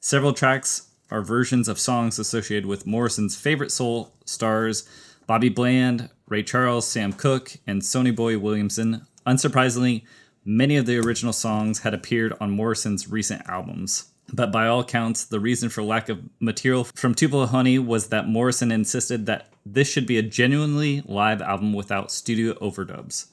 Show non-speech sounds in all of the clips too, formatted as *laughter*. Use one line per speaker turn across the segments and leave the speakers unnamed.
Several tracks are versions of songs associated with Morrison's favorite soul stars Bobby Bland, Ray Charles, Sam Cooke, and Sonny Boy Williamson. Unsurprisingly, many of the original songs had appeared on Morrison's recent albums. But by all accounts, the reason for lack of material from Tupelo Honey was that Morrison insisted that this should be a genuinely live album without studio overdubs.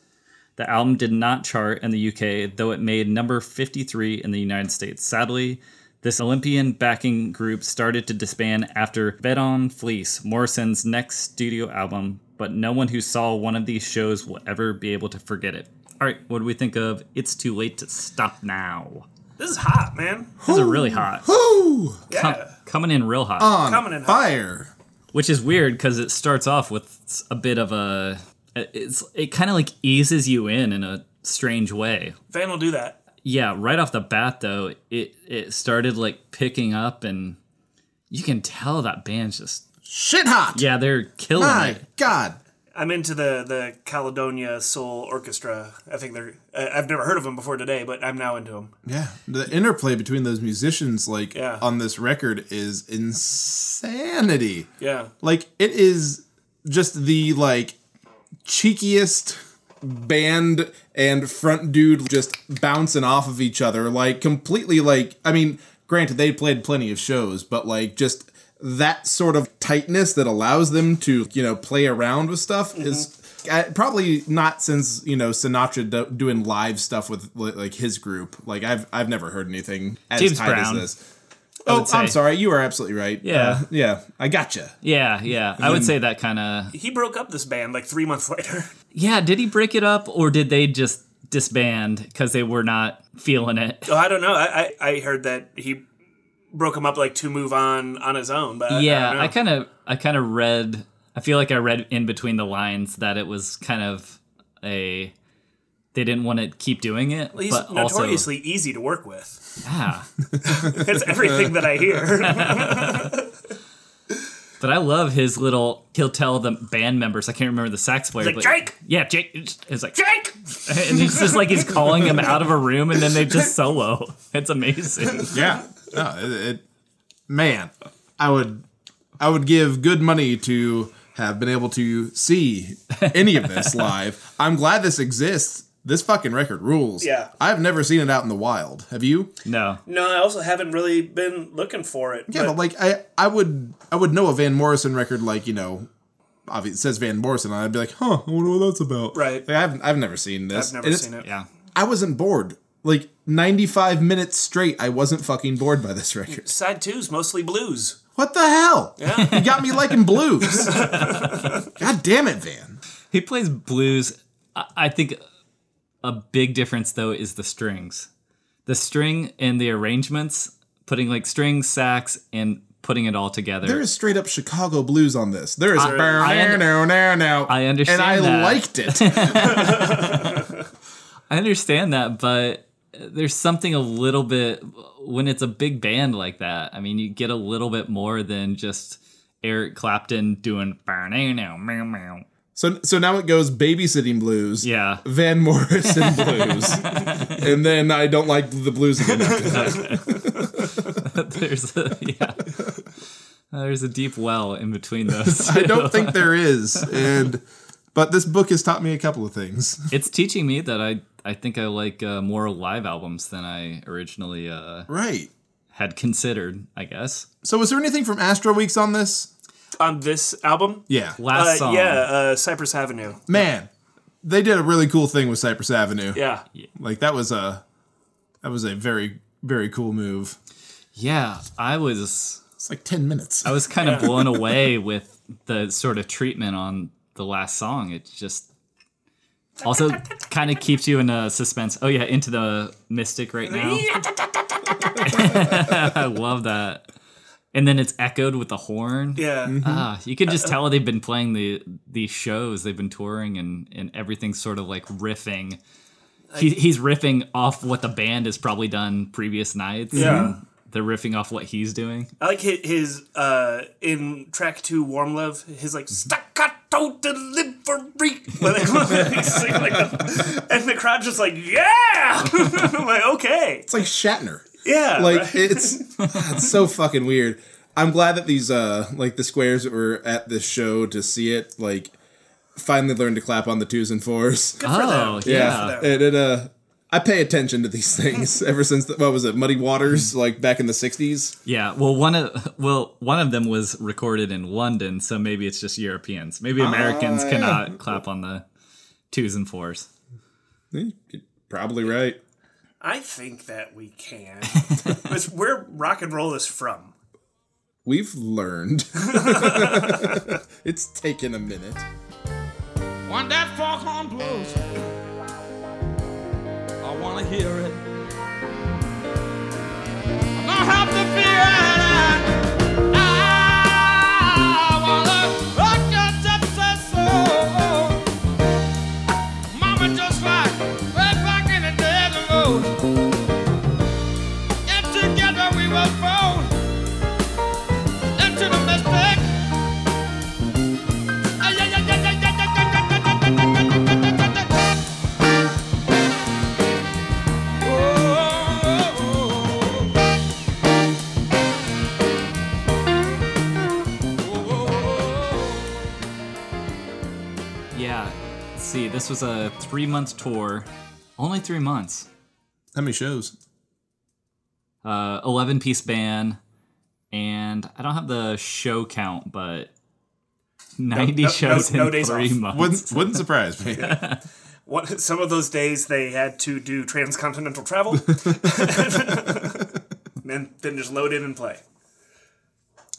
The album did not chart in the UK, though it made number 53 in the United States. Sadly, this Olympian backing group started to disband after Bed on Fleece, Morrison's next studio album, but no one who saw one of these shows will ever be able to forget it. All right, what do we think of It's Too Late to Stop Now?
This is hot, man.
These are really hot.
Woo!
Com-
Yeah.
coming in real hot.
On
Coming in hot.
fire.
which is weird because it starts off with a bit of a. It's It kind of like eases you in in a strange way.
Van will do that.
yeah, right off the bat though, it it started like picking up and you can tell that band's just
Shit hot.
yeah, they're killing
My
it.
God.
I'm into the the Caledonia Soul Orchestra. I think they're. I- I've never heard of them before today, but I'm now into them.
Yeah. The interplay between those musicians, like
Yeah.
on this record, is insanity.
Yeah.
Like it is just the like cheekiest band and front dude just bouncing off of each other like completely like I mean granted they played plenty of shows but like just that sort of tightness that allows them to you know play around with stuff is uh, probably not since you know Sinatra do, doing live stuff with li- like his group like I've I've never heard anything as
James
tight
Brown,
as this Oh,
would
I'm
say.
sorry. You are absolutely right.
Yeah.
Uh, yeah. I gotcha.
Yeah, yeah. I would say that kind of
He broke up this band like three *laughs* months later.
yeah. Did he break it up or did they just disband because they were not feeling
*laughs*
it?
Oh, I don't know. I, I I heard that he broke them up like to move on on his own. But I- I,
yeah,
don't know.
I kind of I kind of read. I feel like I read in between the lines that it was kind of a they didn't want to keep doing it,
He's
but also
notoriously easy to work with.
yeah.
That's everything that I hear.
*laughs*
*laughs*
But I love his little. He'll tell the band members. I can't remember the sax player.
like,
but-
"Jake!"
Yeah, Jake. It's like Jake,
Jake.
and it's just like he's calling him out of a room, and then they just solo. *laughs* It's amazing.
Yeah. No, it, it, man, I would I would give good money to have been able to see any of
*laughs*
this live. I'm glad this exists. This fucking record rules.
Yeah.
I've never seen it out in the wild. Have you?
No,
No, I also haven't really been looking for it.
Yeah, but, like I I would I would know a Van Morrison record like, you know, obviously it says Van Morrison, and I'd be like, huh, I wonder what that's about.
Right.
Like, I've I've never seen this.
I've never
And it's-
seen it.
Yeah.
I wasn't bored. Like 95 minutes straight, I wasn't fucking bored by this record.
Side two's mostly blues.
What the hell? you got me liking
*laughs*
blues. God damn it, Van.
He plays blues. I- I think a big difference though is the strings. The string and the arrangements, putting like strings, sax, and putting it all together.
There is straight up Chicago blues on this. There is. I,
I- I understand
And I
that. *laughs*
liked it.
I understand that, but there's something a little bit when it's a big band like that. I mean, you get a little bit more than just Eric Clapton doing meow meow.
so so now it goes babysitting blues.
Yeah. *laughs*
Van Morrison blues. and then I don't like the blues
*laughs*
again after that.
There's a, yeah. There's a deep well in between those.
I don't think there is. And but this book has taught me a couple of things.
it's teaching me that I I think I like uh, more live albums than I originally uh,
Right.
had considered. I guess
So was there anything from Astro Weeks on this?
On this album?
Yeah.
last
Uh,
song.
yeah, uh, Cypress Avenue.
Man, they did a really cool thing with Cypress Avenue.
Yeah.
Like that was a that was a very very cool move.
yeah. I was
It's like 10 minutes.
I was kind of blown
*laughs*
away with the sort of treatment on the last song. It
*laughs*
just also kind of keeps you in a suspense. Oh yeah, into the mystic right now. *laughs* I love that. And then it's echoed with the horn.
Yeah.
Ah, you can just tell they've been playing the these shows, they've been touring, and and everything's sort of like riffing. He, he's riffing off what the band has probably done previous nights.
Yeah.
and they're riffing off what he's doing.
I like his, his uh, in track two, Warm Love, his
Mm-hmm.
like staccato delivery. *laughs* Like, like, sing like *laughs* that. and the crowd just like, yeah! *laughs* I'm like, okay.
It's like Shatner.
Yeah.
Like
right.
it's it's so fucking weird. I'm glad that these uh like the squares that were at this show to see it like finally learned to clap on the twos and fours.
for
Oh
them.
yeah.
Yeah, it, it uh, I pay attention to these *laughs* things ever since the, what was it, Muddy Waters, like back in the '60s.
Yeah, well, one of well, one of them was recorded in London, so maybe it's just Europeans. Maybe Americans
Ah,
yeah.
cannot clap on the twos and fours.
Eh, you're Probably right.
I think that we can. it's where rock and roll is from.
We've *laughs* learned. it's taken a minute.
When that foghorn blows, I wanna hear it. I don't have to fear it. I- I wanna rock your gypsy soul. Mama, just like way back in the days ago. And together we will fall into the mistake. Oh
Yeah, see, this was a three month tour, only three months.
How many shows?
Uh, Eleven piece band, and I don't have the show count, but ninety
no-
shows
no- no
in
days
three
off.
months.
Wouldn't wouldn't surprise me.
What, some of those days they had to do transcontinental travel. *laughs* and then just load in and play.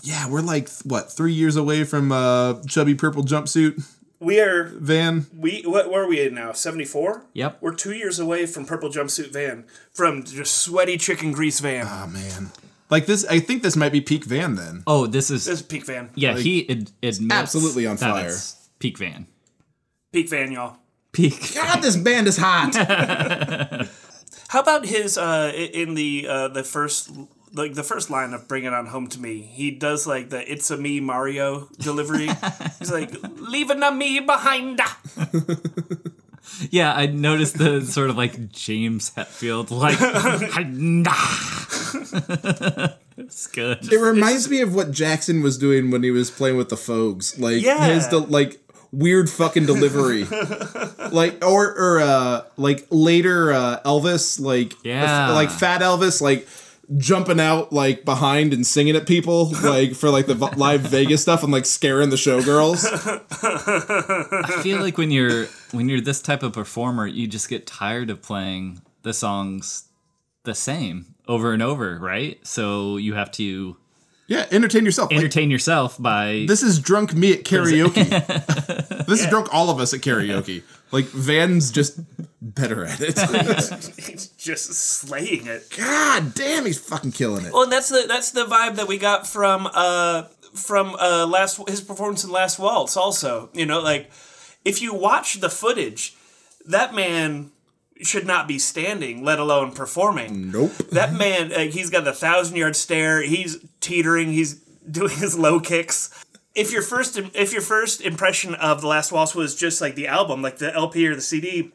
Yeah, we're like what three years away from uh, chubby purple jumpsuit
We are
van.
we what where are we in now? Seventy four.
Yep.
We're two years away from purple jumpsuit van, from just sweaty chicken grease van.
Um,
Oh man, like this. I think this might be peak van then.
Oh, this is
this is peak van.
yeah. he ad- admits
absolutely on
that
fire.
it's Peak Van.
Peak van, y'all.
Peak.
God, this band is hot.
How about his uh i- in the uh the first like the first line of "Bring It On Home to Me," he does like the "It's a Me Mario"
*laughs*
delivery. He's like "Leaving a me behind." *laughs* ah."
Yeah, I noticed the *laughs* sort of like James Hetfield, like, "Nah." *laughs* it's good.
it reminds me of what Jackson was doing when he was playing with the Fogues. Like
Yeah.
his the like weird fucking delivery. like or or uh like later uh Elvis like
Yeah.
like fat Elvis like jumping out like behind and singing at people like for like the v- live Vegas stuff and like scaring the showgirls.
I feel like when you're when you're this type of performer, you just get tired of playing the songs the same over and over, right? So you have to
Yeah, entertain yourself. Like,
entertain yourself by
this is drunk me at
*laughs*
karaoke. this is drunk all of us at karaoke. Like Van's just better
*laughs*
at it.
He's just slaying it.
God damn, he's fucking killing it.
Well, Oh, and that's the that's the vibe that we got from uh from uh last his performance in Last Waltz. Also, you know, like if you watch the footage, that man should not be standing, let alone performing.
Nope.
That man, uh, he's got the thousand yard stare. He's teetering. He's doing his low kicks. If your first if your first impression of the Last Waltz was just like the album, like the LP or the CD,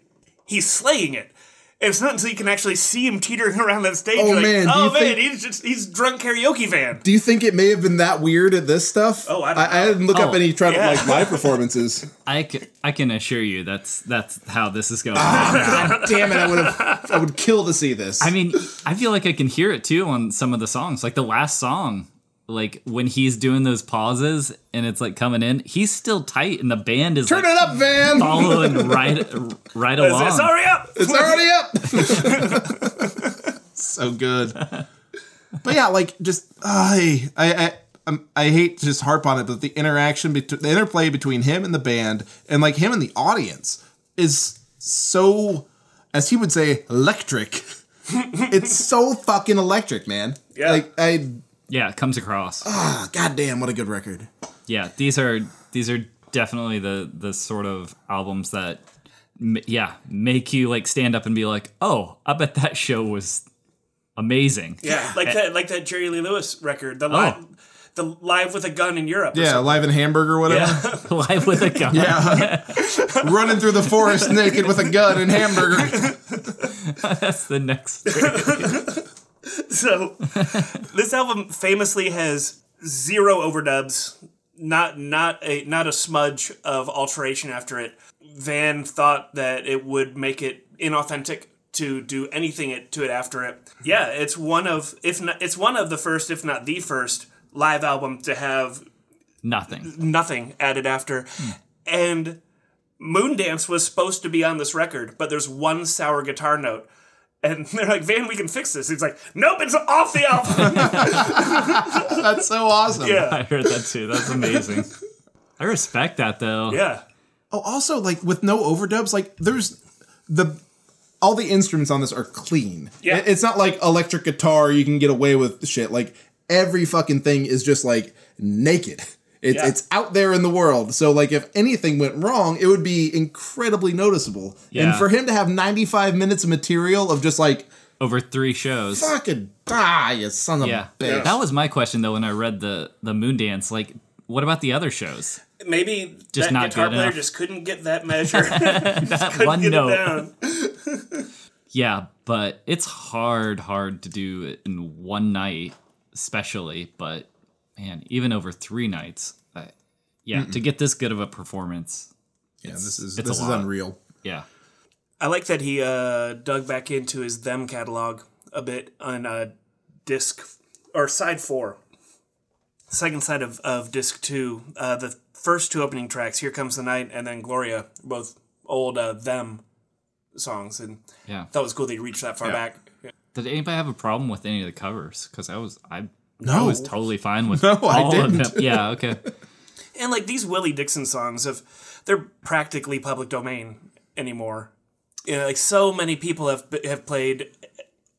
he's slaying it. It's not until you can actually see him teetering *laughs* around that stage.
Oh,
like,
man, do
oh
you
man,
think-
he's just he's drunk karaoke van.
Do you think it may have been that weird at this stuff?
Oh, I don't
I,
know.
didn't look up
Oh,
any try to
yeah.
like live
*laughs*
performances.
I can, I can assure you that's that's how this *laughs* is going.
God damn it! I would have. I would kill to see this.
I mean, I feel like I can hear it too on some of the songs. Like the last song, like when he's doing those pauses and it's like coming in, he's still tight and the band is
turn
like
it up, Van. *laughs*
following right right
Is
along.
it, Sorry up.
It's already up. *laughs* so good. But yeah, like just I I I I'm, I hate to just harp on it, but the interaction between the interplay between him and the band and like him and the audience is so as he would say electric. *laughs* it's so fucking electric, man.
Yeah.
Like I
Yeah, it comes across.
ah, goddamn, what a good record.
yeah these are these are definitely the the sort of albums that m- yeah make you like stand up and be like oh i bet that show was amazing
Yeah, like that like that Jerry Lee Lewis record, the live the live with a gun in Europe. or
Yeah,
something.
live in Hamburg or whatever.
yeah *laughs* live with a gun
*laughs* Yeah. Running through the forest naked with a gun in Hamburg. *laughs*
that's the next
*laughs* So this album famously has zero overdubs, not not a not a smudge of alteration after it. Van thought that it would make it inauthentic to do anything it, to it after it. Yeah, it's one of if not, it's one of the first, if not the first, live album to have
nothing
nothing added after. And Moondance was supposed to be on this record, but there's one sour guitar note. And *laughs* they're like, Van, we can fix this. He's like, nope, it's off the album.
That's so awesome.
yeah.
*laughs* i heard that too that's amazing i respect that though
Yeah.
Oh, also like with no overdubs, like there's the all the instruments on this are clean.
Yeah.
It- It's not like electric guitar you can get away with shit. Like every fucking thing is just like naked. *laughs* It's
Yeah.
it's out there in the world. So like if anything went wrong, it would be incredibly noticeable. And
Yeah.
for him to have 95 minutes of material of just like
over three shows
fucking die, you son of
yeah
a bitch.
that was my question though when i read the the moon dance like what about the other shows
Maybe
Just
that
not
guitar
good
player
enough.
just couldn't get that
*laughs*
measure. *laughs*
that one
get it
note
down.
Yeah, but it's hard, hard to do it in one night, especially. But man, even over three nights, I, yeah, to get this good of a performance,
yeah, this is
it's
this
a
is
lot.
unreal.
yeah,
I like that he uh, dug back into his them catalog a bit on uh, disc or side four, second side of, of disc two. Uh, the first two opening tracks, "Here Comes the Night" and then "Gloria," both old uh, them songs, and
yeah.
that was cool that he reached that far back.
Did anybody have a problem with any of the covers? Because I was, I, I was totally fine with
No,
all
I
of them.
didn't.
Yeah, okay.
And like these Willie Dixon songs, of they're practically public domain anymore. You know, like so many people have have played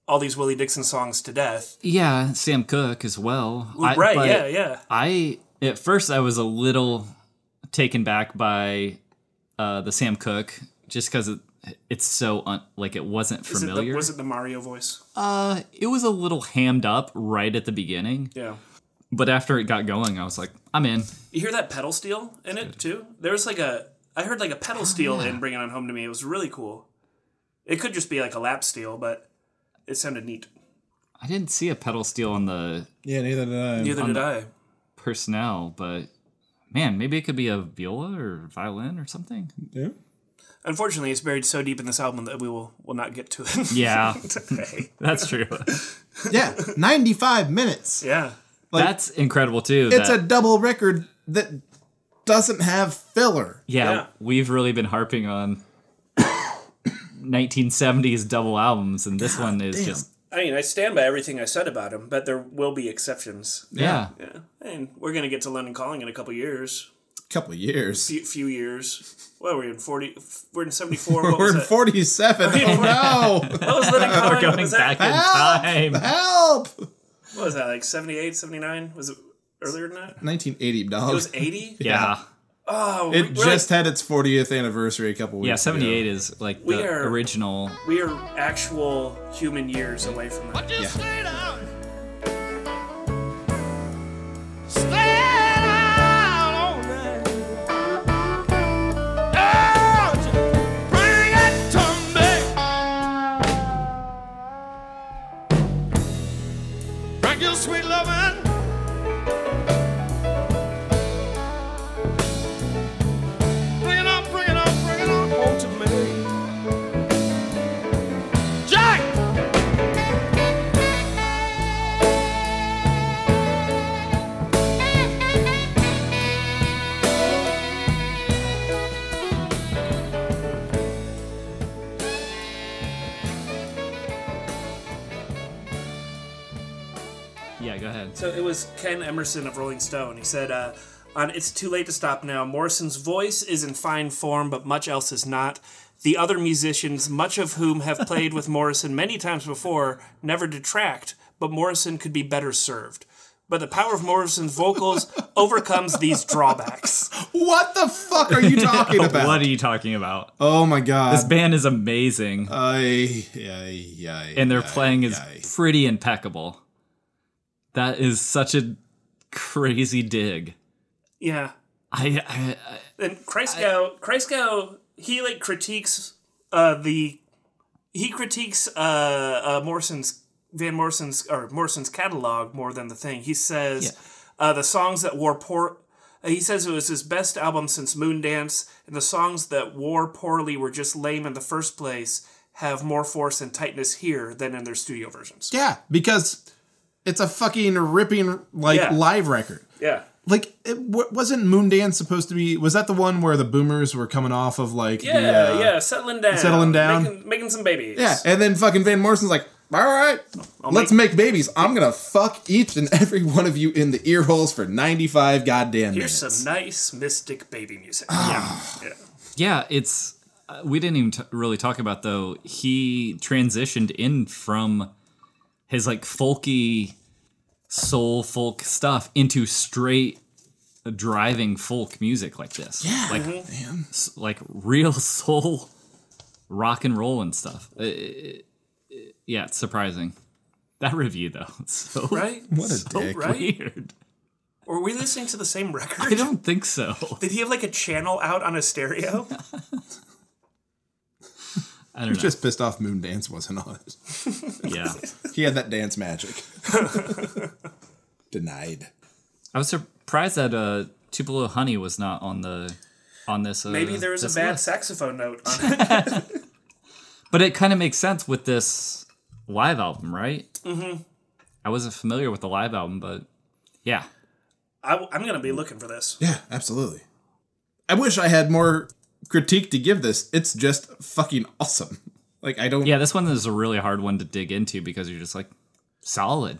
all these Willie Dixon songs to death.
Yeah, Sam Cooke as well. I-
right?
but
yeah, yeah.
I at first I was a little taken back by uh, the Sam Cooke just because it, it's so un, like it wasn't
Is it the-
familiar.
was it the Mario voice?
Uh, it was a little hammed up right at the beginning,
Yeah.
but after it got going, I was like, I'm in.
You hear that pedal steel in it too? There was like a I heard like a pedal
Oh,
steel in "Bringing On Home to Me." It was really cool. It could just be like a lap steel, but it sounded neat.
I didn't see a pedal steel on the
Yeah, neither did I.
Neither did I.
personnel, but man, maybe it could be a viola or violin or something.
Yeah.
Unfortunately, it's buried so deep in this album that we will will not get to it.
Yeah.
*laughs* today.
That's true.
Yeah, 95 minutes.
Yeah.
*laughs* That's incredible too.
It's
that-
a double record that doesn't have filler.
Yeah,
Yeah.
we've really been harping on 1970s double albums, and this one is just
I mean, I stand by everything I said about him, but there will be exceptions.
yeah.
Yeah. And we're going to get to London Calling in a couple years,
Couple of years.
few, few years. Well, we're in 40, we're in 74.
*laughs* *laughs*
What was
We're in
that? *laughs*
47. Oh no!
What was London Calling?
Going
was
back
that, *laughs*
in time,
Help!
What was that, like 78, 79? Was it earlier than that? It
1980
was
dollars.
80?
yeah,
Oh, we-
It
we're like-
just had its 40th anniversary a couple weeks.
yeah. 78
Ago.
is like
We
the
are-
original.
we are actual human years away from that.
Just
Yeah.
stay down. Stay down all night. Oh, just bring it to me. Bring your sweet lovin'. Bring it on, bring it on, bring it on home to me. Jack!
Yeah, go ahead.
So it was Ken Emerson of Rolling Stone. He said, uh, on It's Too Late to Stop Now, Morrison's voice is in fine form, but much else is not. The other musicians, much of whom have played with Morrison many times before, never detract, but Morrison could be better served. But the power of Morrison's vocals overcomes these drawbacks.
What the fuck are
*laughs*
you
Oh,
talking about?
Oh, What are you talking about?
oh my god!
This band is amazing,
Ay, ay, ay,
and their
ay,
playing is
ay.
pretty impeccable. That is such a crazy dig.
Yeah.
I, I, I
And Kreisgau, Kreisgau, he like critiques uh, the he critiques uh, uh, Morrison's Van Morrison's or Morrison's catalog more than the thing. He says uh, the songs that wore poor. uh, He says it was his best album since Moondance, and the songs that wore poorly were just lame in the first place. Have more force and tightness here than in their studio versions.
Yeah, because it's a fucking ripping like
Yeah.
live record.
Yeah,
Like, it w- wasn't Moondance supposed to be? Was that the one where the boomers were coming off of like
yeah,
the, uh,
yeah. Settling down,
Settling down.
making, making some babies.
yeah? And then fucking Van Morrison's like, all right, let's make-, babies. I'm gonna fuck each and every one of you in the ear holes for 95 goddamn
here's
minutes.
some nice mystic baby music. yeah, yeah.
Yeah, it's uh, we didn't even t- really talk about though. He transitioned in from his like folky soul folk stuff into straight driving folk music like this. Yeah, like s- like real *laughs* soul rock and roll and stuff. Uh, it- it- yeah, it's surprising. That review though, *laughs* it's so
Right?
*laughs* what a dick.
Right?
weird.
Were we listening to
*laughs*
the same
I
record?
don't think so.
Did he have like a channel out on a
*laughs*
stereo? *laughs*
I don't know.
Just pissed off Moondance wasn't on it.
yeah.
*laughs* He had that dance magic. Denied.
I was surprised that uh, Tupelo Honey was not on the on this. Uh,
Maybe there was
this
a bad
list.
saxophone note on it.
*laughs*
but it kind of makes sense with this live album, right? Mm-hmm. I wasn't familiar with the live album, but yeah,
I, am going to be looking for this.
Yeah, absolutely. I wish I had more critique to give this. It's just fucking awesome. Like I don't.
yeah. This one is a really hard one to dig into because you're just like solid.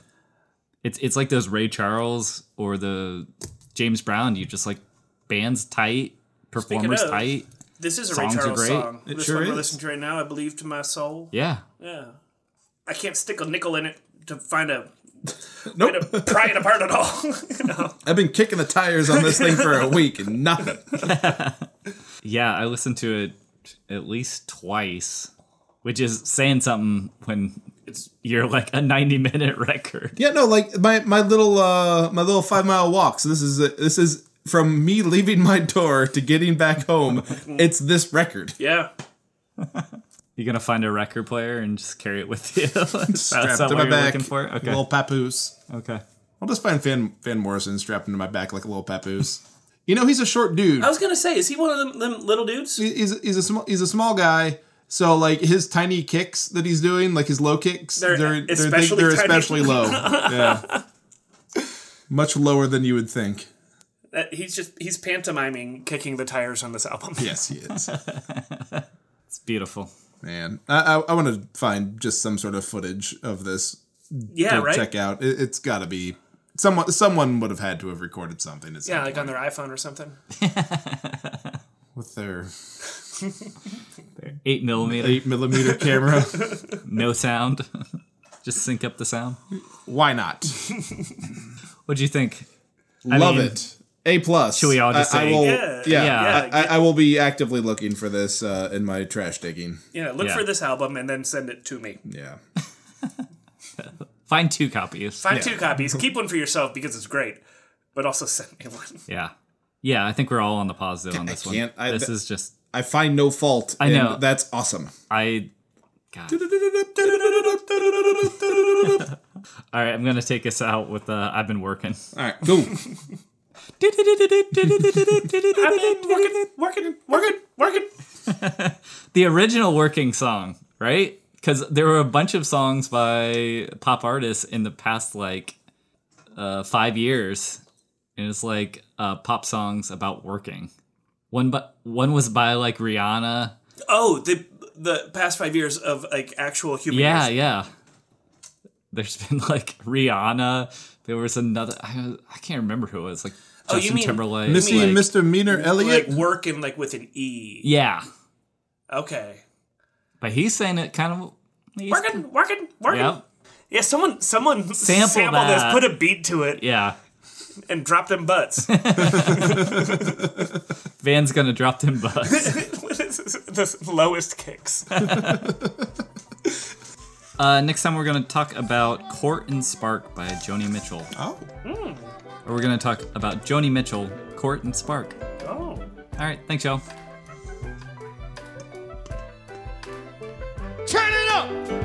It's it's like those Ray Charles or the James Brown. You just like bands tight, performers
of-
tight.
This is a
Songs
Ray
are
Charles
great.
song.
It
this
sure
one we're
is.
listening to right now, I believe to my soul.
Yeah,
Yeah. I can't stick a nickel in it to find a
*laughs*
way
Nope.
to *laughs* pry it apart
*laughs*
at all. you know?
I've been kicking the tires on this thing for a week and nothing.
Yeah, I listened to it at least twice, which is saying something when
It's
you're like a 90 minute *laughs* record.
Yeah, no. Like my my little uh my little five mile walk. So this is a, this is from me leaving my door to getting back home. It's this record.
yeah.
You're going to find a record player and just carry it with you. *laughs* That's
Strapped
not what
to my
you're
back,
looking for? Okay.
little papoose.
okay.
I'll just find Fan Fan Morrison strapped into my back like a little papoose. You know, he's a short dude.
I was gonna say, is he one of them, them little dudes?
he's he's a small he's a small guy. So like his tiny kicks that he's doing, like his low kicks,
They're
they're they're they're,
especially
they're
tiny.
especially
*laughs*
low. yeah, much lower than you would think.
That- Uh, he's just he's pantomiming kicking the tires on this album.
Yes, he is.
It's beautiful.
Man, I I, I want to find just some sort of footage of this
yeah,
to
right.
check out. It, it's got to be someone. Someone would have had to have recorded something. It's
Yeah, like on their iPhone or something.
with their
*laughs* Eight millimeter,
eight *laughs* millimeter camera.
no sound. *laughs* Just sync up the sound.
Why not?
What'd you think?
Love
mean,
it. A plus. Should
we all just
I,
say-
will,
Yeah,
yeah,
yeah.
I, I, I will be actively looking for this uh, in my trash digging.
Yeah, look
Yeah.
for this album and then send it to me.
Yeah.
Find two copies.
Find two *laughs* copies. Keep one for yourself because it's great, but also send me *laughs* one.
Yeah. Yeah, I think we're all on the positive on this
can't-
one.
I-
this
th-
is just
I find no fault. I
know.
that's
*laughs*
awesome.
I God. All right, I'm gonna take us out with uh, "I've Been Working."
All right, cool.
the
Working, working, working.
original working song, right? Because there were a bunch of songs by pop artists in the past like uh, five years, and it's like uh, pop songs about working. One, but one was by like Rihanna.
Oh, the the past five years of like actual human.
Yeah,
years.
yeah. There's been like Rihanna. There was another. I, I can't remember who it was. Like
Oh, you
Justin
mean-
Timberlake.
Missy
like-
and Mr. Meaner Elliot.
like working like with an E.
Yeah,
Okay,
but he's saying it kind of. he's-
working, working, working.
Yeah,
Yeah, someone, someone
Sample
sampled this,
that.
put a beat to it,
yeah.
and drop
*laughs*
them butts. *laughs*
Van's gonna drop them
*laughs*
bucks.
What is this- the lowest kicks.
uh, next time we're gonna talk about "Court and Spark" by Joni Mitchell.
oh,
Or we're gonna talk about Joni Mitchell, "Court and Spark."
Oh.
All right, thanks, y'all.
Turn it up.